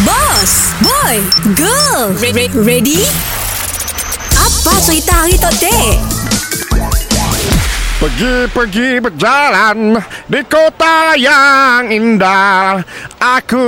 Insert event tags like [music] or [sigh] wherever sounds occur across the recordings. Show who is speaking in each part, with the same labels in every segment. Speaker 1: Boss, boy, girl, Re- re- ready? Apa cerita hari tote?
Speaker 2: Pergi-pergi berjalan di kota yang indah Aku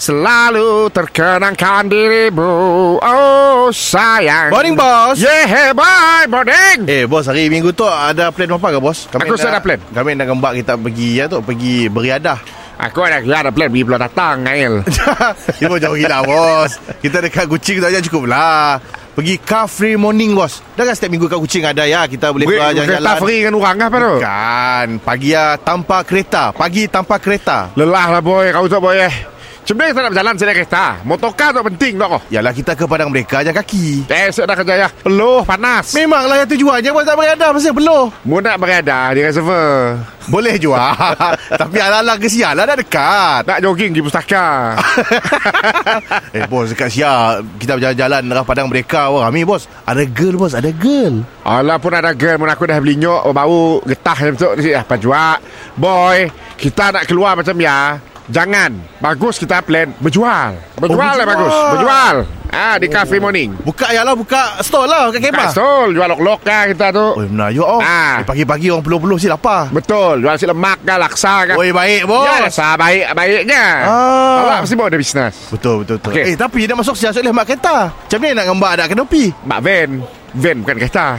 Speaker 2: selalu terkenangkan dirimu Oh sayang
Speaker 3: Morning, boss.
Speaker 2: Yeah bye morning
Speaker 3: Eh bos hari minggu tu ada plan apa ke bos?
Speaker 2: Aku
Speaker 3: nak-
Speaker 2: rasa ada plan.
Speaker 3: Kami nak gembak kita pergi ya tu pergi [laughs] beriadah.
Speaker 2: Aku ada ada plan pergi belum datang Nail
Speaker 3: Ini pun jauh gila bos. Kita dekat kucing tu aja cukup lah. Pergi car free morning bos. Dah kan setiap minggu kat kucing ada ya kita boleh keluar
Speaker 2: Kereta
Speaker 3: jalan-jalan.
Speaker 2: free dengan orang lah, apa tu?
Speaker 3: Kan pagi ya tanpa kereta. Pagi tanpa kereta.
Speaker 2: Lelah lah boy Kau tu boy eh Cuma kita nak berjalan Saya kereta Motokar tu penting tak kau
Speaker 3: Yalah kita ke padang mereka aja kaki.
Speaker 2: Eh saya dah kerja ya Peluh panas
Speaker 3: Memanglah yang tujuannya bos tak beriadah pasal peluh.
Speaker 2: Mu nak berada di reservoir
Speaker 3: Boleh jual. [laughs] Tapi alang-alang ke Sia lah dah dekat.
Speaker 2: Nak jogging di pustaka
Speaker 3: Eh bos dekat Sia Kita berjalan-jalan Arah padang mereka Wah Rami bos Ada girl bos Ada girl
Speaker 2: Alah pun ada girl Mun aku dah beli nyok Bau getah macam tu Sini apa jua Boy Kita nak keluar macam ya Jangan Bagus kita plan Berjual Berjual lah
Speaker 3: Oh, berjual. Oh.
Speaker 2: bagus Berjual Ah Di cafe morning
Speaker 3: Buka ya lah Buka store lah Kat
Speaker 2: Kat
Speaker 3: kemah
Speaker 2: Sol Jual lok-lok lah kita tu
Speaker 3: Oi benar juga oh.
Speaker 2: Ah.
Speaker 3: Eh, pagi-pagi orang peluh-peluh si lapar
Speaker 2: Betul Jual si lemak kah Laksa kah
Speaker 3: Oi baik bos
Speaker 2: Ya lah baik-baiknya
Speaker 3: Ah.
Speaker 2: Allah mesti bawa ada bisnes
Speaker 3: Betul betul betul
Speaker 2: Okey.
Speaker 3: Eh tapi dia masuk Sia Soalnya mak kereta Macam ni nak ngembak Nak kenopi
Speaker 2: Mak van Van bukan
Speaker 3: [laughs]
Speaker 2: kereta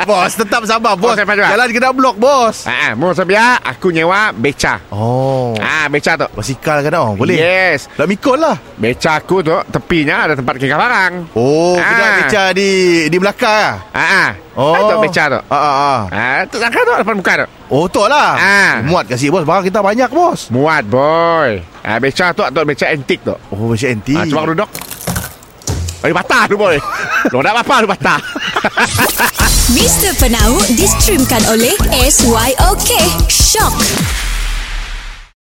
Speaker 3: Bos tetap sabar bos
Speaker 2: Oh, saya faham juga.
Speaker 3: Jalan kena blok bos
Speaker 2: Ah, ah, Mu sabia Aku nyewa beca
Speaker 3: Oh
Speaker 2: Ah, beca tu
Speaker 3: Basikal kan oh Boleh
Speaker 2: Yes
Speaker 3: Dah mikol lah
Speaker 2: Beca aku tu Tepinya ada tempat kekal barang
Speaker 3: Oh
Speaker 2: Ah.
Speaker 3: Kedai beca di Di Melaka lah
Speaker 2: Ah, ah.
Speaker 3: Oh
Speaker 2: Tahu tak beca tu
Speaker 3: ah, ah, ah.
Speaker 2: Ah, tu sangka tu depan muka tu
Speaker 3: Oh tu lah
Speaker 2: Ah.
Speaker 3: Muat kasih bos Barang kita banyak bos
Speaker 2: Muat boy ah, Beca tu Atau beca antik tu
Speaker 3: Oh macam anti
Speaker 2: ah, Cuba aku duduk Eh patah tu boy Lu nak apa tu patah [laughs]
Speaker 1: Mr. Penau distreamkan oleh SYOK. Shock.